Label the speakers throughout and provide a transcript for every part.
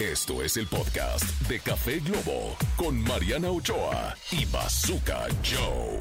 Speaker 1: Esto es el podcast de Café Globo con Mariana Ochoa y Bazooka Joe.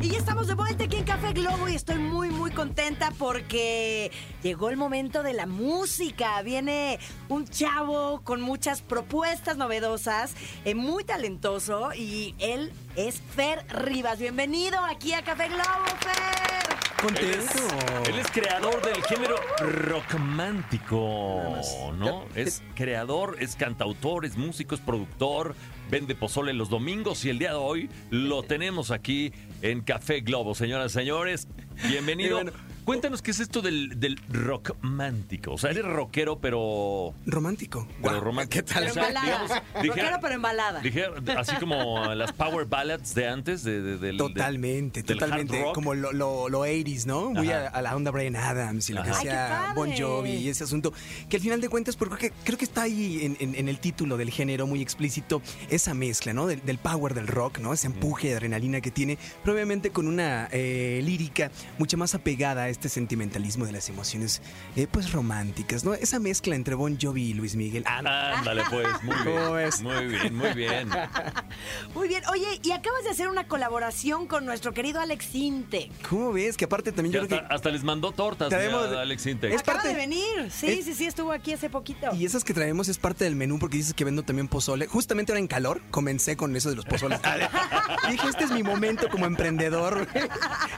Speaker 2: Y ya estamos de vuelta aquí en Café Globo y estoy muy muy contenta porque llegó el momento de la música. Viene un chavo con muchas propuestas novedosas, eh, muy talentoso y él es Fer Rivas. Bienvenido aquí a Café Globo, Fer.
Speaker 3: Él es,
Speaker 4: Contento.
Speaker 3: él es creador del género rockmántico, ¿no? Es creador, es cantautor, es músico, es productor, vende pozole los domingos y el día de hoy lo tenemos aquí en Café Globo, señoras y señores. Bienvenido.
Speaker 4: Y bueno,
Speaker 3: Cuéntanos qué es esto del, del rockmántico. O sea, eres rockero, pero...
Speaker 4: Romántico.
Speaker 3: pero
Speaker 4: Guau,
Speaker 3: romántico.
Speaker 4: ¿Qué tal?
Speaker 2: Pero embalada.
Speaker 3: dijera-
Speaker 2: Rockero, pero embalada.
Speaker 3: dijera, así como las power ballads de antes, de, de- del-
Speaker 4: Totalmente,
Speaker 3: del hard
Speaker 4: totalmente.
Speaker 3: rock.
Speaker 4: Como lo, lo, lo 80s, ¿no? Muy
Speaker 3: Ajá.
Speaker 4: a, a la onda Brian Adams y lo que
Speaker 3: Ajá.
Speaker 2: Ay, qué
Speaker 4: sea
Speaker 2: padre.
Speaker 4: Bon Jovi y ese asunto. Que al final de cuentas, porque creo que, creo que está ahí en, en- en el título del género muy explícito esa mezcla, ¿no? Del, del power del rock, ¿no?
Speaker 3: Mm.
Speaker 4: Ese empuje de adrenalina que tiene, pero obviamente con una eh, lírica mucho más apegada a este sentimentalismo de las emociones, eh, pues románticas, ¿no? Esa mezcla entre Bon Jovi y Luis Miguel. Ah, no.
Speaker 3: Ándale, pues, muy bien.
Speaker 4: ¿Cómo ves?
Speaker 3: Muy bien, muy bien.
Speaker 2: Muy bien. Oye, y acabas de hacer una colaboración con nuestro querido Alex Intec.
Speaker 4: ¿Cómo ves? Que aparte también
Speaker 3: Ya
Speaker 4: yo
Speaker 3: hasta,
Speaker 4: creo que.
Speaker 3: hasta les mandó tortas
Speaker 4: Traemos-
Speaker 3: mira, Alex Intec.
Speaker 4: Es
Speaker 2: Acaba
Speaker 4: parte-
Speaker 2: de venir. Sí,
Speaker 4: es-
Speaker 2: sí, sí, estuvo aquí hace poquito.
Speaker 4: Y esas que traemos es parte del menú porque dices que vendo también pozole. Justamente ahora en calor comencé con eso de los pozoles. Dije, este es mi momento como emprendedor.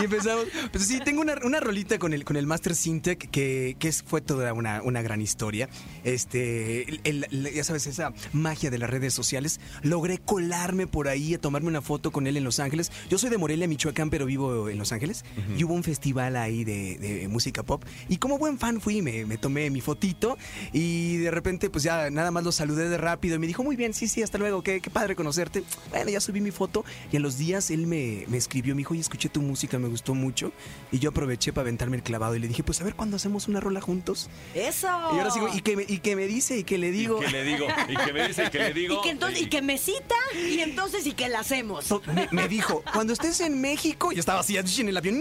Speaker 4: y empezamos. Pues sí, tengo una, una rolita con el, con el Master Syntec que, que es- fue toda una, una gran historia. Este, el- el- el- ya sabes, esa magia de las redes sociales. Logré colarme por ahí a tomarme una foto con él en Los Ángeles. Yo soy de Morelia, Michoacán, pero vivo en Los Ángeles. Y hubo un festival ahí de, de música pop. Y como buen fan fui, me, me tomé mi fotito y de repente pues ya nada más lo saludé de rápido y me dijo, muy bien, sí, sí, hasta luego, qué, qué padre conocerte. Bueno, ya subí mi foto y en los días él me, me escribió, me dijo, oye, escuché tu música, me gustó mucho. Y yo aproveché para aventarme el clavado y le dije, pues a ver cuándo hacemos una rola juntos.
Speaker 2: Eso.
Speaker 4: Y ahora sigo,
Speaker 2: Ah.
Speaker 4: ¿y que me, y que me dice? ¿Y que le digo?
Speaker 3: Y que le digo, y que me dice, y que le digo.
Speaker 2: Y que, entonces, y que me cita, y entonces, y que la hacemos.
Speaker 4: So- me, me dijo, cuando estés en México, yo estaba así en el avión,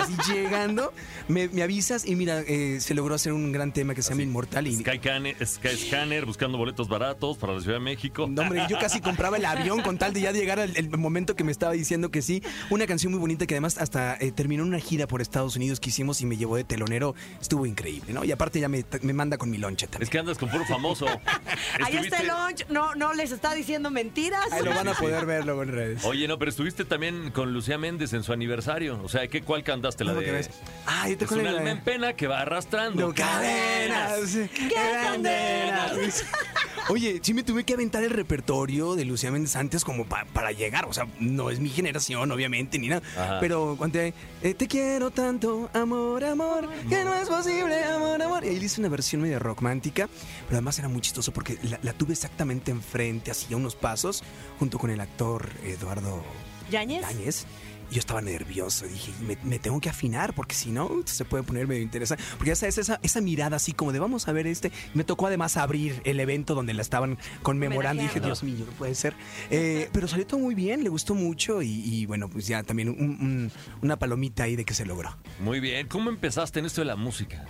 Speaker 4: así llegando, me, me avisas y mira, eh, se logró hacer un gran tema que se llama Inmortal. Y,
Speaker 3: Sky, Scanner- Sky Scanner buscando boletos baratos para la Ciudad de México.
Speaker 4: No, hombre, yo casi compraba el avión con tal de ya llegar al el momento que me estaba diciendo que sí. Una canción muy bonita que además hasta eh, terminó en una gira por Estados Unidos que hicimos y me llevó de telonero. Estuvo increíble, ¿no? Y aparte ya me, me manda con mi lonche
Speaker 3: Es
Speaker 4: también.
Speaker 3: que andas con puro famoso.
Speaker 2: Ahí está el
Speaker 3: Estuviste-
Speaker 2: lunch. No, no les está diciendo mentiras.
Speaker 4: Ahí lo
Speaker 3: Sí,
Speaker 4: van a
Speaker 3: sí,
Speaker 4: poder ver luego en redes.
Speaker 3: Oye, no, pero estuviste también con Lucía Méndez en su aniversario. O sea, ¿qué, ¿cuál cantaste? La
Speaker 4: ¿Cómo que
Speaker 3: de...
Speaker 4: ves? Ah, yo te
Speaker 3: Es un
Speaker 4: acuerdo de la-
Speaker 3: alma en pena que va arrastrando.
Speaker 4: No, cadenas. cadenas. Oye, sí me tuve que aventar el repertorio de Lucía Méndez antes como pa- para llegar. O sea, no es mi generación, obviamente, ni nada.
Speaker 3: Ajá.
Speaker 4: Pero cuando eh, te quiero tanto, amor, amor, que no es posible, amor, amor. Y ahí le hice una versión medio romántica, pero además era muy chistoso porque la, la tuve exactamente enfrente, hacía unos pasos, junto con el actor Eduardo
Speaker 2: ¿Yañez?
Speaker 4: Yáñez. y Yo estaba nervioso, dije, me, me tengo que afinar porque si no se puede poner medio interesante. Porque ya sabes, esa, esa mirada así como de vamos a ver este. Me tocó además abrir el evento donde la estaban conmemorando. Y dije,
Speaker 2: Homenajeando.
Speaker 4: Dios mío, no puede ser. Eh, pero salió todo muy bien, le gustó mucho y, y bueno, pues ya también un- un- una palomita ahí de que se logró.
Speaker 3: Muy bien. ¿Cómo empezaste en esto de la música?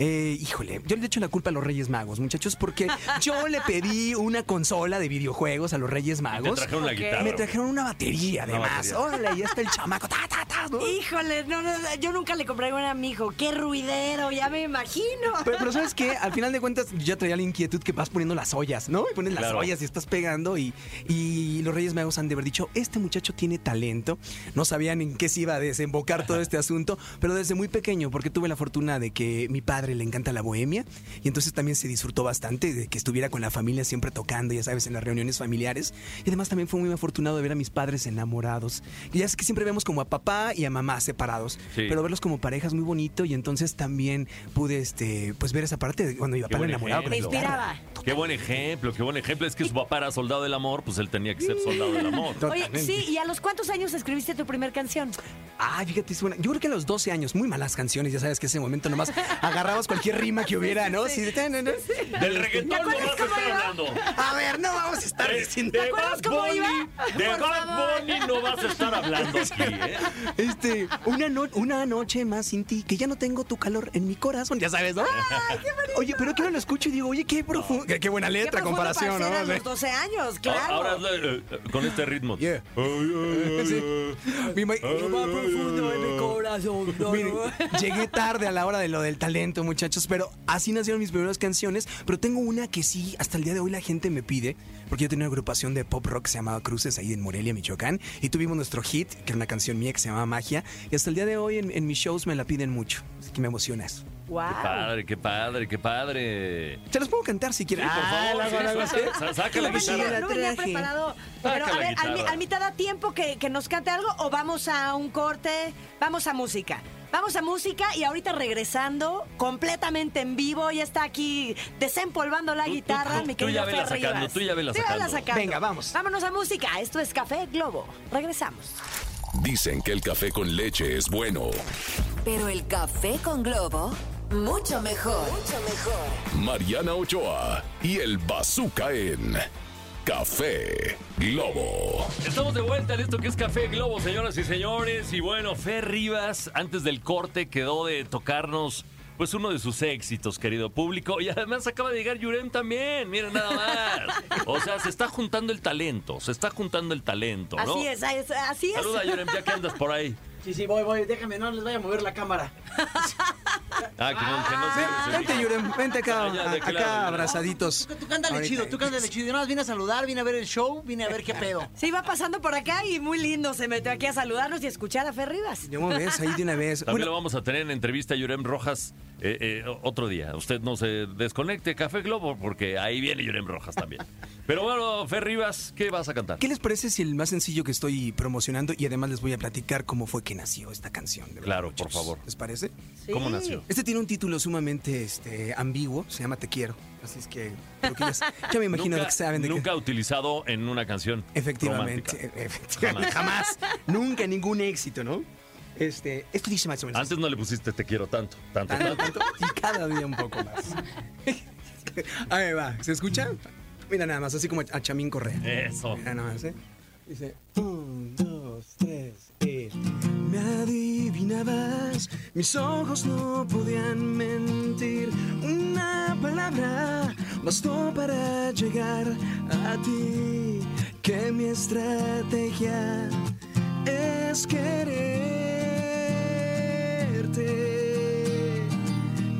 Speaker 4: Eh, híjole, yo le echo la culpa a los Reyes Magos, muchachos, porque yo le pedí una consola de videojuegos a los Reyes
Speaker 3: Te
Speaker 4: Magos.
Speaker 3: trajeron la
Speaker 2: Ok.
Speaker 3: guitarra.
Speaker 4: Me trajeron una batería,
Speaker 3: Una
Speaker 4: además.
Speaker 3: batería.
Speaker 4: Órale, ahí está el chamaco. ta, ta, ta, ¿no?
Speaker 2: Híjole, no, no, no, yo nunca le compré una a mi hijo. Qué ruidero, ya me imagino.
Speaker 4: Pero, pero ¿sabes qué? Al final de cuentas yo ya traía la inquietud que vas poniendo las ollas, ¿no? Y pones las
Speaker 3: Claro.
Speaker 4: ollas y estás pegando y, y los Reyes Magos han de haber dicho, este muchacho tiene talento. No sabían en qué se iba a desembocar todo este asunto, pero desde muy pequeño, porque tuve la fortuna de que mi padre le encanta la bohemia y entonces también se disfrutó bastante de que estuviera con la familia siempre tocando, ya sabes, en las reuniones familiares. Y además también fue muy afortunado de ver a mis padres enamorados. Y ya es que siempre vemos como a papá y a mamá separados,
Speaker 3: Sí.
Speaker 4: pero verlos como parejas muy bonito y entonces también pude este pues ver esa parte de cuando mi papá
Speaker 3: buen
Speaker 4: era enamorado con la
Speaker 2: Me
Speaker 3: ejemplo.
Speaker 4: guitarra.
Speaker 2: inspiraba.
Speaker 3: Qué buen ejemplo, qué buen ejemplo. Es que su papá era soldado del amor, pues él tenía que ser soldado del amor.
Speaker 2: Oye,
Speaker 4: Totalmente.
Speaker 2: sí, ¿y a los cuántos años escribiste tu primer canción?
Speaker 4: Ay, Ah, fíjate, es buena. Yo creo que a los 12 años, muy malas canciones, ya sabes que ese momento nomás agarrabas cualquier rima que hubiera, ¿no? Sí, tan, tan, tan.
Speaker 3: Del reggaetón no vas a
Speaker 2: acuerdas cómo
Speaker 3: estar
Speaker 2: iba?
Speaker 3: hablando. Este,
Speaker 4: A ver, no vamos a estar diciendo.
Speaker 3: De
Speaker 2: Este, acuerdas cómo iba?
Speaker 3: de
Speaker 2: Por
Speaker 3: Bad
Speaker 2: favor.
Speaker 3: Bunny no vas a estar hablando aquí, ¿eh?
Speaker 4: Este, una, no- una noche más sin ti, que ya no tengo tu calor en mi corazón, ya sabes, ¿no? Oye, pero que no lo escucho y digo, oye, qué profundo. qué, qué buena letra,
Speaker 2: profundo
Speaker 4: comparación,
Speaker 2: para hacer
Speaker 4: ¿no?
Speaker 2: a
Speaker 4: Sí.
Speaker 2: los 12 años, claro.
Speaker 3: Ahora hazlo, eh, eh, con este ritmo.
Speaker 4: Yeah.
Speaker 3: Ay, ay, ay,
Speaker 4: Sí. Mi ma-
Speaker 2: corazón.
Speaker 4: Miren, llegué tarde a la hora de lo del talento, muchachos, pero así nacieron mis primeras canciones. Pero tengo una que sí, hasta el día de hoy la gente me pide, porque yo tenía una agrupación de pop rock que se llamaba Cruces ahí en Morelia, Michoacán, y tuvimos nuestro hit, que era una canción mía que se llamaba Magia, y hasta el día de hoy en, en mis shows me la piden mucho. Así que me emocionas.
Speaker 2: Wow.
Speaker 3: Qué padre, qué padre, qué padre.
Speaker 4: Te las puedo cantar si
Speaker 2: Ah,
Speaker 4: quieres.
Speaker 3: por favor, sí, saca- sa- saca la
Speaker 2: No venía,
Speaker 3: guitarra.
Speaker 2: no venía
Speaker 4: Traje.
Speaker 2: preparado. Pero
Speaker 3: Saca
Speaker 2: a
Speaker 3: la
Speaker 2: ver, a, mi-
Speaker 3: guitarra.
Speaker 2: a mitad da tiempo que, que nos cante algo o vamos a un corte, vamos a música. Vamos a música y ahorita regresando completamente en vivo. Ya está aquí desempolvando la
Speaker 3: Tú- tú-
Speaker 2: guitarra,
Speaker 3: tú-
Speaker 2: mi
Speaker 3: tú ya
Speaker 2: querido
Speaker 3: vela
Speaker 2: Fer
Speaker 3: sacando,
Speaker 2: Rivas.
Speaker 3: tú ya vela
Speaker 2: vela
Speaker 3: sacando.
Speaker 2: sacando.
Speaker 4: Venga, vamos.
Speaker 2: Vámonos a música. Esto es Café Globo. Regresamos.
Speaker 1: Dicen que el café con leche es bueno.
Speaker 5: Pero el café con globo, mucho mejor. Mucho mejor.
Speaker 1: Mariana Ochoa y el Bazooka en Café Globo.
Speaker 3: Estamos de vuelta en esto que es Café Globo, señoras y señores. Y bueno, Fer Rivas, antes del corte, quedó de tocarnos pues uno de sus éxitos, querido público. Y además acaba de llegar Yurem también, miren nada más. O sea, se está juntando el talento, se está juntando el talento, ¿no?
Speaker 2: Así es, es- así es.
Speaker 3: Saluda, Yurem, ya que andas por ahí.
Speaker 6: Sí, sí, voy, voy. Déjame, no les vaya a mover la cámara.
Speaker 3: Ah, que no, que no se- se-
Speaker 4: Vente, Yuren, vente acá,
Speaker 3: Ah, ya, de
Speaker 4: acá
Speaker 3: claro, Yuren.
Speaker 4: abrazaditos.
Speaker 6: Tú, tú cántale
Speaker 4: Ahorita.
Speaker 6: chido, tú cántale chido. Yo nada más vine a saludar, vine a ver el show, vine a ver qué pedo.
Speaker 2: Sí, va pasando por acá y muy lindo se metió aquí a saludarnos y escuchar a Fer Rivas.
Speaker 4: De una vez, ahí de una vez.
Speaker 3: También
Speaker 4: Bueno,
Speaker 3: lo vamos a tener en entrevista a Yurem Rojas eh, eh, otro día. Usted no se desconecte, Café Globo, porque ahí viene Yurem Rojas también. Pero bueno, Fer Rivas, ¿qué vas a cantar?
Speaker 4: ¿Qué les parece si el más sencillo que estoy promocionando y además les voy a platicar cómo fue que nació esta canción? de verdad,
Speaker 3: Claro, por
Speaker 4: muchachos?
Speaker 3: favor.
Speaker 4: ¿Les parece?
Speaker 3: ¿Cómo
Speaker 2: Sí.
Speaker 3: nació?
Speaker 4: Este tiene un título sumamente este, ambiguo, se llama Te quiero. Así es que, creo que ya, s- ya me imagino
Speaker 3: nunca,
Speaker 4: que saben de qué-
Speaker 3: nunca utilizado en una canción.
Speaker 4: Efectivamente,
Speaker 3: romántica.
Speaker 4: e- efectivamente, jamás. nunca ningún éxito, ¿no? Este, esto dice más o menos.
Speaker 3: Antes no le pusiste te quiero tanto, tanto,
Speaker 4: Tanto,
Speaker 3: tanto.
Speaker 4: tanto, y cada día un poco más. A ver, va, ¿se escucha? Mira nada más, así como a Chamín Correa.
Speaker 3: Eso.
Speaker 4: Mira nada más, ¿eh? Dice, un, dos, tres, y... Me adivinabas, mis ojos no podían mentir. Una palabra bastó para llegar a ti. Que mi estrategia es quererte.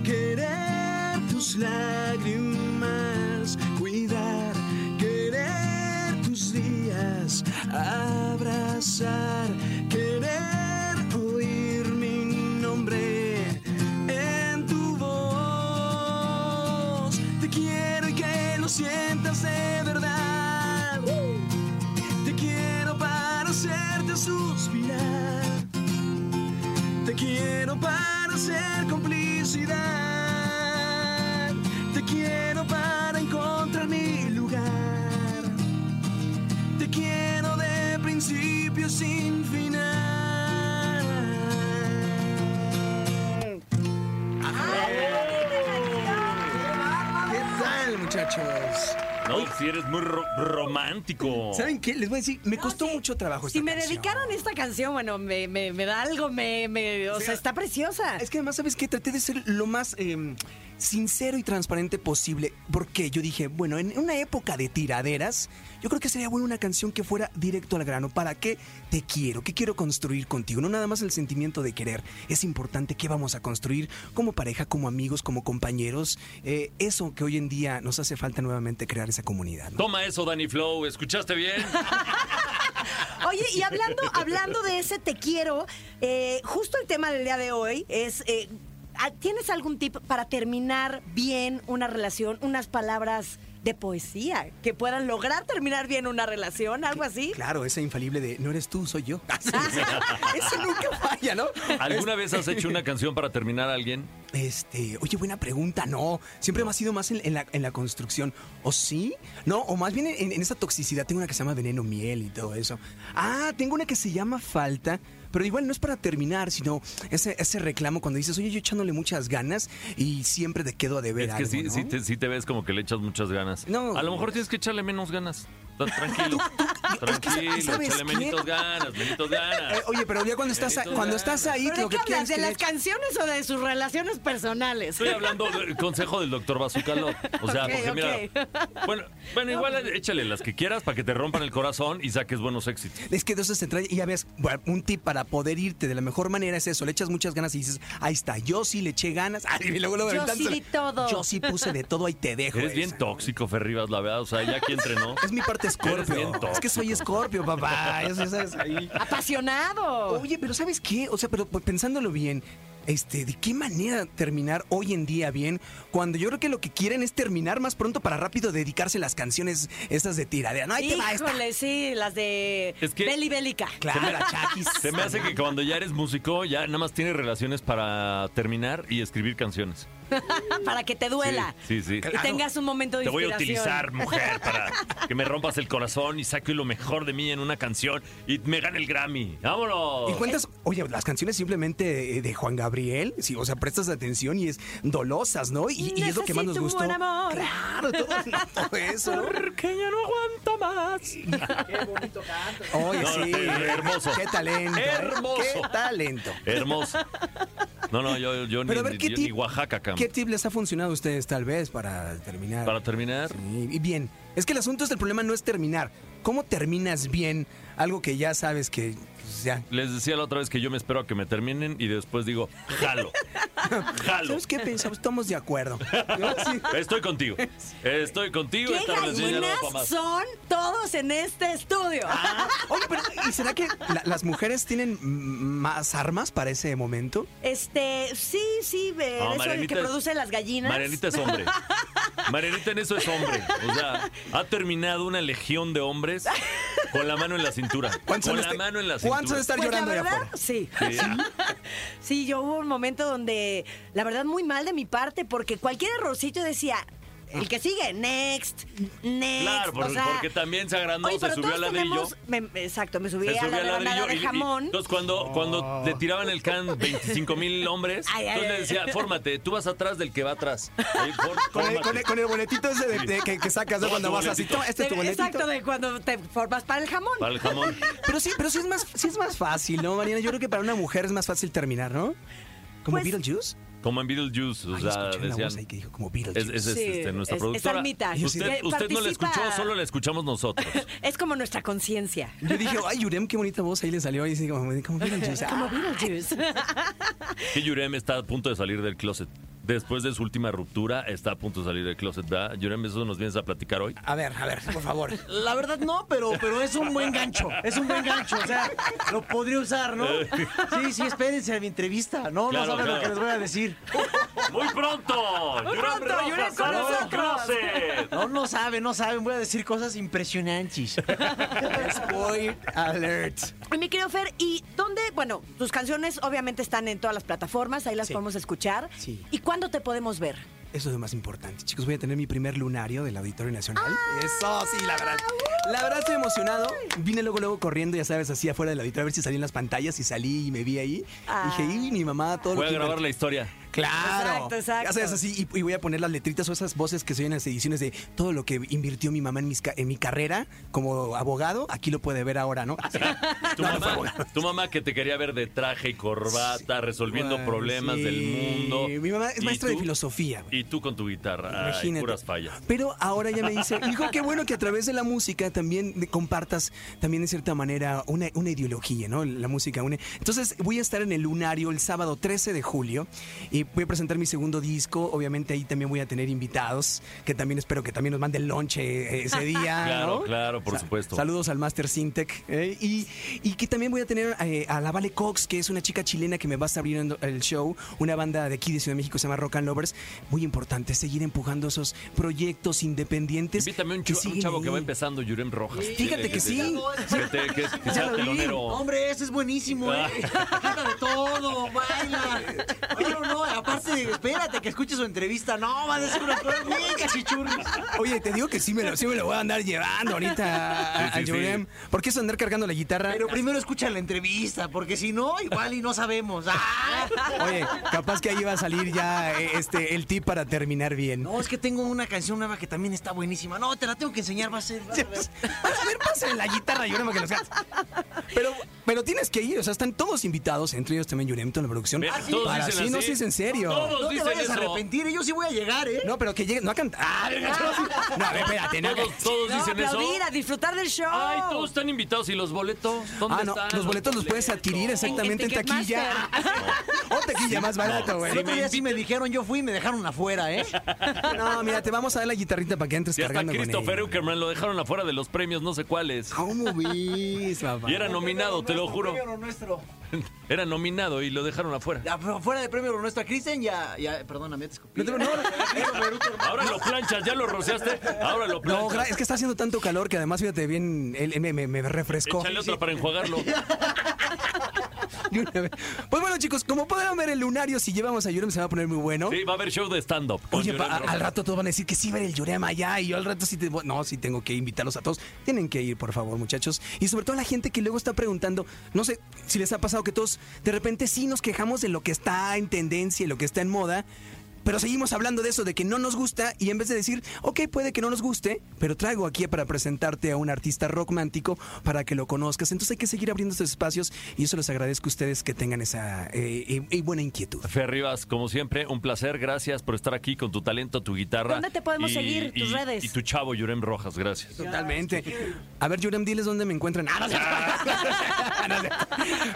Speaker 4: Querer tus lágrimas, cuidar, querer tus días, abrazar, querer oír mi nombre en tu voz. Te quiero y que lo sientas de verdad. Te quiero para hacerte suspirar. Te quiero para ser complicidad. Te quiero para encontrar mi lugar. Te quiero de principio sin final. ¿Qué tal, muchachos?
Speaker 3: No, si eres muy ro- romántico.
Speaker 4: ¿Saben qué? Les voy a decir, me
Speaker 2: No,
Speaker 4: costó
Speaker 2: Ah, sí.
Speaker 4: mucho trabajo esta
Speaker 2: Si me
Speaker 4: canción.
Speaker 2: dedicaron esta canción, bueno, me, me- me da algo, me, me- o
Speaker 4: Sí,
Speaker 2: sea, está preciosa.
Speaker 4: Es que además, ¿sabes qué? Traté de ser lo más eh, sincero y transparente posible. Porque yo dije, bueno, en una época de tiraderas, yo creo que sería buena una canción que fuera directo al grano. ¿Para qué te quiero? ¿Qué quiero construir contigo? No nada más el sentimiento de querer. Es importante qué vamos a construir como pareja, como amigos, como compañeros. Eh, eso que hoy en día nos hace falta nuevamente crear esa comunidad. ¿no?
Speaker 3: Toma eso, Danny Flow, ¿escuchaste bien?
Speaker 4: ah,
Speaker 2: Oye, y hablando, hablando de ese te quiero, eh, justo el tema del día de hoy es, eh, ah, ¿tienes algún tip para terminar bien una relación, unas palabras de poesía que puedan lograr terminar bien una relación, algo así?
Speaker 4: Claro, esa infalible de no eres tú, soy yo. Eso nunca falla, ¿no?
Speaker 3: ¿Alguna vez has hecho una canción para terminar a alguien?
Speaker 4: Este, oye, buena pregunta, no. Siempre me ha sido más en, en la, en la construcción. ¿O sí? No, o más bien en, en esa toxicidad. Tengo una que se llama veneno miel y todo eso. Ah, tengo una que se llama falta. Pero igual no es para terminar, sino ese, ese reclamo cuando dices, oye, yo echándole muchas ganas y siempre te quedo a deber.
Speaker 3: Es que
Speaker 4: algo,
Speaker 3: sí,
Speaker 4: ¿no?
Speaker 3: sí te, sí te ves como que le echas muchas ganas.
Speaker 4: No.
Speaker 3: A lo mejor tienes que echarle menos ganas. Tan- Tranquilo. Tranquilo,
Speaker 4: ¿sabes
Speaker 3: échale
Speaker 4: qué?
Speaker 3: menitos ganas, menitos ganas.
Speaker 4: Eh, oye, pero ya cuando estás, a-
Speaker 3: Benito
Speaker 4: cuando
Speaker 3: Gana.
Speaker 4: estás ahí,
Speaker 2: ¿Pero de
Speaker 4: lo que
Speaker 2: qué hablas?
Speaker 4: quieres
Speaker 2: ¿De
Speaker 4: que le
Speaker 2: las
Speaker 4: eches-
Speaker 2: canciones o de sus relaciones personales?
Speaker 3: Estoy hablando del consejo del doctor Bazucalo. O sea,
Speaker 2: Ok,
Speaker 3: porque mira. Bueno, bueno,
Speaker 4: pues,
Speaker 3: igual échale las que quieras para que te rompan el corazón y saques buenos éxitos.
Speaker 4: Es que de eso se trae. Y ya ves, bueno, un tip para poder irte de la mejor manera es eso. Le echas muchas ganas y dices, ahí está, yo sí le eché ganas. Ay, y luego, luego,
Speaker 2: Yo
Speaker 4: aventándosela.
Speaker 2: sí di todo.
Speaker 4: Yo sí puse de todo, ahí te dejo.
Speaker 3: Eres bien
Speaker 4: esa.
Speaker 3: tóxico, Ferribas, la verdad. O sea, ya aquí entrenó.
Speaker 4: Es mi parte
Speaker 3: bien
Speaker 4: escorpio. Es que soy escorpio, papá. Eso, ¿sabes? Ahí.
Speaker 2: Apasionado.
Speaker 4: Oye, pero ¿sabes qué? O sea, pero pues, pensándolo bien, este, ¿de qué manera terminar hoy en día bien? Cuando yo creo que lo que quieren es terminar más pronto para rápido dedicarse a las canciones esas de tiradera. No, ahí te va esta.
Speaker 2: Híjole, sí, las de
Speaker 3: Es que-
Speaker 2: Beli Bélica.
Speaker 4: Claro, la chaquis.
Speaker 3: Se me hace que cuando ya eres músico, ya nada más tienes relaciones para terminar y escribir canciones.
Speaker 2: Para que te duela.
Speaker 3: Sí, sí. sí.
Speaker 2: Y tengas un momento de
Speaker 3: Te voy a
Speaker 2: inspiración.
Speaker 3: utilizar, mujer, para que me rompas el corazón y saque lo mejor de mí en una canción y me gane el Grammy. ¡Vámonos!
Speaker 4: Y cuentas, oye, las canciones simplemente eh, de Juan Gabriel, sí, o sea, prestas atención y es dolosas, ¿no? Y, y es lo que más
Speaker 2: Necesito
Speaker 4: nos
Speaker 2: un
Speaker 4: gustó.
Speaker 2: buen amor.
Speaker 4: Claro, todo, no, todo eso. ¿no?
Speaker 3: Porque ya no aguanto más.
Speaker 4: Oye,
Speaker 3: No,
Speaker 4: sí.
Speaker 3: no, hermoso.
Speaker 4: Qué talento. ¿eh?
Speaker 3: Hermoso. Eh,
Speaker 4: Qué talento.
Speaker 3: Hermoso. No, no, yo, yo ni,
Speaker 4: Pero a ver,
Speaker 3: ni-
Speaker 4: ¿qué
Speaker 3: yo
Speaker 4: tip,
Speaker 3: ni Oaxaca, cam.
Speaker 4: ¿qué tip les ha funcionado a ustedes tal vez para terminar?
Speaker 3: Para terminar,
Speaker 4: Sí, y bien, es que el asunto es el problema no es terminar. ¿Cómo terminas bien algo que ya sabes que pues, ya?
Speaker 3: les decía la otra vez que yo me espero a que me terminen y después digo, jalo. Jalo.
Speaker 4: ¿Sabes qué pensamos? Estamos de acuerdo. ¿No? Sí.
Speaker 3: Estoy contigo. Estoy contigo.
Speaker 2: ¿Qué
Speaker 3: esta relación ya no va pa'
Speaker 2: gallinas
Speaker 3: más. Ah.
Speaker 2: son todos en este estudio?
Speaker 4: Oye, pero ¿y será que la- las mujeres tienen mm, más armas para ese momento?
Speaker 2: Este, sí, sí, de
Speaker 3: No,
Speaker 2: eso de que
Speaker 3: Marianita es-
Speaker 2: produce las gallinas.
Speaker 3: Marianita es hombre. Marianita en eso es hombre. O sea, ha terminado una legión de hombres con la mano en la cintura.
Speaker 4: ¿Cuántos
Speaker 3: Con
Speaker 4: han
Speaker 3: la
Speaker 4: este-
Speaker 3: mano en la
Speaker 4: ¿Cuántos han
Speaker 3: cintura.
Speaker 4: estar
Speaker 2: Pues,
Speaker 4: llorando
Speaker 2: la
Speaker 4: allá
Speaker 2: verdad,
Speaker 4: afuera?
Speaker 2: sí.
Speaker 3: Sí.
Speaker 2: Sí, yo hubo un momento donde, la verdad, muy mal de mi parte, porque cualquier errorcito decía, el que sigue, next, next.
Speaker 3: Claro,
Speaker 2: o
Speaker 3: por-
Speaker 2: sea,
Speaker 3: porque también se agrandó,
Speaker 2: oye,
Speaker 3: se
Speaker 2: pero
Speaker 3: subió al
Speaker 2: todos
Speaker 3: ladrillo.
Speaker 2: tenemos- me- exacto, me subí
Speaker 3: Se
Speaker 2: a la
Speaker 3: subía al
Speaker 2: rebanada
Speaker 3: ladrillo
Speaker 2: de
Speaker 3: y- y-
Speaker 2: jamón.
Speaker 3: entonces cuando, cuando le tiraban el can 25 mil hombres,
Speaker 2: Ay, ay,
Speaker 3: entonces le
Speaker 2: ay.
Speaker 3: decía, fórmate, tú vas atrás del que va atrás. Ahí, for-
Speaker 4: Con el,
Speaker 3: fórmate".
Speaker 4: con el- con el boletito ese de- de- que, que sacas ¿no?
Speaker 3: Toma
Speaker 4: cuando
Speaker 3: tu
Speaker 4: vas así.
Speaker 3: boletito.
Speaker 4: "Toma, este es tu
Speaker 2: De-
Speaker 4: boletito.
Speaker 2: exacto, de cuando te formas para el jamón.
Speaker 3: Para el jamón.
Speaker 4: Pero sí, pero sí es más, sí es más fácil, ¿no, Mariana? Yo creo que para una mujer es más fácil terminar, ¿no? Como
Speaker 2: Pues-
Speaker 4: Beetlejuice.
Speaker 3: Como en Beetlejuice, o
Speaker 4: Ay, escuché
Speaker 3: sea,
Speaker 4: una voz ahí
Speaker 3: Pues decían...
Speaker 4: que dijo como
Speaker 3: Es,
Speaker 4: Beetlejuice.
Speaker 3: es- es,
Speaker 2: Sí,
Speaker 3: este, nuestra
Speaker 2: es- es
Speaker 3: productora.
Speaker 2: Almita.
Speaker 3: Usted,
Speaker 2: Que
Speaker 3: usted no la
Speaker 2: participa-
Speaker 3: escuchó, solo la escuchamos nosotros.
Speaker 2: Es como nuestra conciencia.
Speaker 4: Yo dije, ay, Yurem, qué bonita voz ahí le salió. Y así como, como Beetlejuice.
Speaker 2: Como
Speaker 4: Ah,
Speaker 2: Beetlejuice.
Speaker 3: Que Yurem está a punto de salir del closet. Después de su última ruptura, está a punto de salir del closet, ¿verdad? Yurem, eso nos vienes a platicar hoy.
Speaker 4: A ver, a ver, por favor.
Speaker 6: La verdad no, pero, pero es un buen gancho. Es un buen gancho. O sea, lo podría usar, ¿no? Sí, sí, espérense a mi entrevista. No,
Speaker 3: Claro,
Speaker 6: no saben
Speaker 3: claro.
Speaker 6: lo que les voy a decir.
Speaker 3: ¡Muy pronto!
Speaker 2: Muy Yurem pronto, Rojas Yurem con sale del nosotros.
Speaker 3: closet!
Speaker 6: No, no saben, no saben. Voy a decir cosas impresionantes.
Speaker 4: Spoiler alert.
Speaker 2: Y Mi querido Fer, ¿y dónde? Bueno, tus canciones obviamente están en todas las plataformas, ahí las
Speaker 4: Sí.
Speaker 2: podemos escuchar.
Speaker 4: Sí.
Speaker 2: ¿Y cuándo te podemos ver?
Speaker 4: Eso es lo más importante. Chicos, voy a tener mi primer lunario del Auditorio Nacional. Eso sí, la verdad. La verdad estoy emocionado. Vine luego, luego corriendo, ya sabes, así afuera del auditorio a ver si salían las pantallas y salí y me vi ahí.
Speaker 2: Ah.
Speaker 4: Y dije, y mi mamá, todo
Speaker 3: Voy
Speaker 4: lo
Speaker 3: a
Speaker 4: que
Speaker 3: grabar la historia.
Speaker 4: Claro.
Speaker 2: Exacto, exacto.
Speaker 4: Ya sabes, así, y, y voy a poner las letritas o esas voces que se oyen en las ediciones de todo lo que invirtió mi mamá en, mis ca- en mi carrera como abogado, aquí lo puede ver ahora, ¿no?
Speaker 3: Tu, mamá, tu mamá que te quería ver de traje y corbata, resolviendo
Speaker 4: Bueno,
Speaker 3: problemas
Speaker 4: sí.
Speaker 3: del mundo.
Speaker 4: Mi mamá es
Speaker 3: ¿Y
Speaker 4: maestra de
Speaker 3: tú?
Speaker 4: filosofía, güey.
Speaker 3: Y tú con tu guitarra. Ay,
Speaker 4: Imagínate.
Speaker 3: puras fallas.
Speaker 4: Pero ahora ya me dice, hijo, qué bueno que a través de la música también de- compartas, también de cierta manera, una, una ideología, ¿no? La música une. Entonces voy a estar en el Lunario el sábado 13 de julio y voy a presentar mi segundo disco. Obviamente ahí también voy a tener invitados, que también espero que también nos manden lonche eh, ese día.
Speaker 3: Claro,
Speaker 4: ¿no?
Speaker 3: claro, por supuesto.
Speaker 4: Saludos al Master Sintec. eh, y, y que también voy a tener eh, a la Vale Cox, que es una chica chilena que me va a estar abriendo el show. Una banda de aquí de Ciudad de México se llama Rock and Lovers. Muy importante seguir empujando esos proyectos independientes.
Speaker 3: Invítame un,
Speaker 4: que
Speaker 3: chu- un
Speaker 4: siguen
Speaker 3: chavo que
Speaker 4: ahí.
Speaker 3: va empezando, Yurem Rojas.
Speaker 4: Fíjate que sí.
Speaker 3: Que, te- que- que sea telonero.
Speaker 6: Hombre, ese es buenísimo, ¿eh? Canta de todo, baila. No, no, no, aparte, espérate que escuche su entrevista. No, va a decir unas cosas bien cachichurris.
Speaker 4: Oye, te digo que sí me lo, sí me lo voy a andar llevando ahorita a,
Speaker 3: Sí, sí,
Speaker 4: a Yurem. ¿Por qué eso de andar cargando la guitarra?
Speaker 6: Pero primero escucha la entrevista, porque si no, igual y no sabemos. ¡Ah!
Speaker 4: Oye, capaz que ahí va a salir ya eh, este el tip para terminar bien.
Speaker 6: No, es que tengo una canción nueva que también está buenísima. No, te la tengo que enseñar, va a ser. vas a ver.
Speaker 4: Vas a ver, pásale la guitarra, Yurem, a que los gatos. Pero, pero tienes que ir, o sea, están todos invitados, entre ellos también Yurem, toda la producción.
Speaker 3: Ve,
Speaker 4: Ah, sí,
Speaker 3: todos
Speaker 4: para
Speaker 3: dicen
Speaker 4: sí, no sé
Speaker 3: así.
Speaker 4: si es en serio.
Speaker 3: Todos.
Speaker 6: No te
Speaker 3: dicen
Speaker 6: vayas
Speaker 3: eso.
Speaker 6: a arrepentir, yo sí voy a llegar, ¿eh?
Speaker 4: No, pero que llegue, no a cantar. Ah, No, a ver, espérate, no.
Speaker 3: Todos, todos
Speaker 2: No,
Speaker 3: dicen eso.
Speaker 2: aplaudir, a disfrutar del show.
Speaker 3: Ay, todos están invitados. ¿Y los boletos? ¿Dónde
Speaker 4: Ah, no,
Speaker 3: están?
Speaker 4: los boletos los puedes adquirir exactamente en,
Speaker 2: Ticketmaster.
Speaker 4: taquilla. O taquilla más barato, güey.
Speaker 6: El otro día sí me dijeron, yo fui y me dejaron afuera, ¿eh?
Speaker 4: No, mira, te vamos a dar la guitarrita para que entres
Speaker 3: Y hasta
Speaker 4: cargando con
Speaker 3: Christopher
Speaker 4: ella.
Speaker 3: Uckerman lo dejaron afuera de los premios, no sé cuáles.
Speaker 4: ¿Cómo ves, papá?
Speaker 3: Y era nominado, te lo juro.
Speaker 6: Premio nuestro.
Speaker 3: Era nominado y lo dejaron afuera.
Speaker 6: Ya, pero Fuera de premio nuestro a Kristen, ya, ya, perdóname, te escupí.
Speaker 4: No te- no, no.
Speaker 3: Ahora lo planchas, ya lo rociaste. Ahora lo
Speaker 4: No,
Speaker 3: planchas.
Speaker 4: gra- es que está haciendo tanto calor que además, fíjate bien, él, él me, me- me refrescó.
Speaker 3: Échale otra para enjuagarlo.
Speaker 4: De una vez. Pues bueno, chicos, como podrán ver, el lunario, si llevamos a Yurem, se va a poner muy bueno.
Speaker 3: Sí, va a haber show de stand-up. con
Speaker 4: Oye, pa-
Speaker 3: Yurem Rojas.
Speaker 4: al rato todos van a decir que sí, ver el Yurem allá. Y yo al rato sí te. No, sí tengo que invitarlos a todos. Tienen que ir, por favor, muchachos. Y sobre todo a la gente que luego está preguntando. No sé si les ha pasado que todos de repente sí nos quejamos de lo que está en tendencia y lo que está en moda. Pero seguimos hablando de eso, de que no nos gusta, y en vez de decir, ok, puede que no nos guste, pero traigo aquí para presentarte a un artista romántico para que lo conozcas. Entonces hay que seguir abriendo estos espacios, y eso les agradezco a ustedes que tengan esa eh, eh, eh, buena inquietud.
Speaker 3: Fer Rivas, como siempre, un placer. Gracias por estar aquí con tu talento, tu guitarra.
Speaker 2: ¿Dónde te podemos seguir? Tus
Speaker 3: y-
Speaker 2: redes.
Speaker 3: Y tu chavo, Yurem Rojas, gracias.
Speaker 4: Totalmente. A ver, Yurem, diles dónde me encuentran. Ah, no es cierto. No es cierto.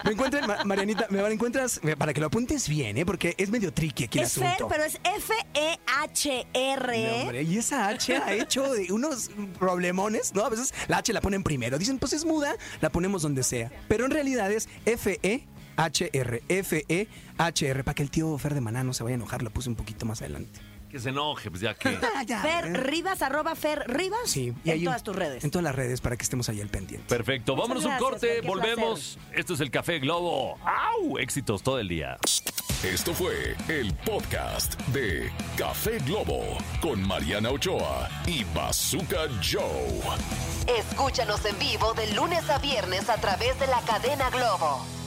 Speaker 4: me encuentran, Ma- Marianita, me van- encuentras me- para que lo apuntes bien, ¿eh? Porque es medio tricky aquí el
Speaker 2: Es Fer,
Speaker 4: asunto.
Speaker 2: pero ¿eh? es E F-E-H-R.
Speaker 4: No, hombre, y esa H ha hecho de unos problemones, ¿no? A veces la H la ponen primero. Dicen, pues es muda, la ponemos donde sea. Pero en realidad es E F-E. HR, F-E-H-R, E para que el tío Fer de Maná no se vaya a enojar, lo puse un poquito más adelante.
Speaker 3: Que se enoje, pues ya que.
Speaker 4: Ah, ya,
Speaker 2: Fer
Speaker 4: ¿verdad?
Speaker 2: Rivas, arroba Fer Rivas.
Speaker 4: Sí, y
Speaker 2: en
Speaker 4: ahí-
Speaker 2: todas tus redes.
Speaker 4: En todas las redes, para que estemos ahí al pendiente.
Speaker 3: Perfecto,
Speaker 2: Muchas
Speaker 3: vámonos
Speaker 2: gracias,
Speaker 3: un corte,
Speaker 2: Fer, qué
Speaker 3: volvemos. Esto es el Café Globo. ¡Au! Éxitos todo el día.
Speaker 1: Esto fue el podcast de Café Globo con Mariana Ochoa y Bazooka Joe.
Speaker 5: Escúchanos en vivo de lunes a viernes a través de la cadena Globo.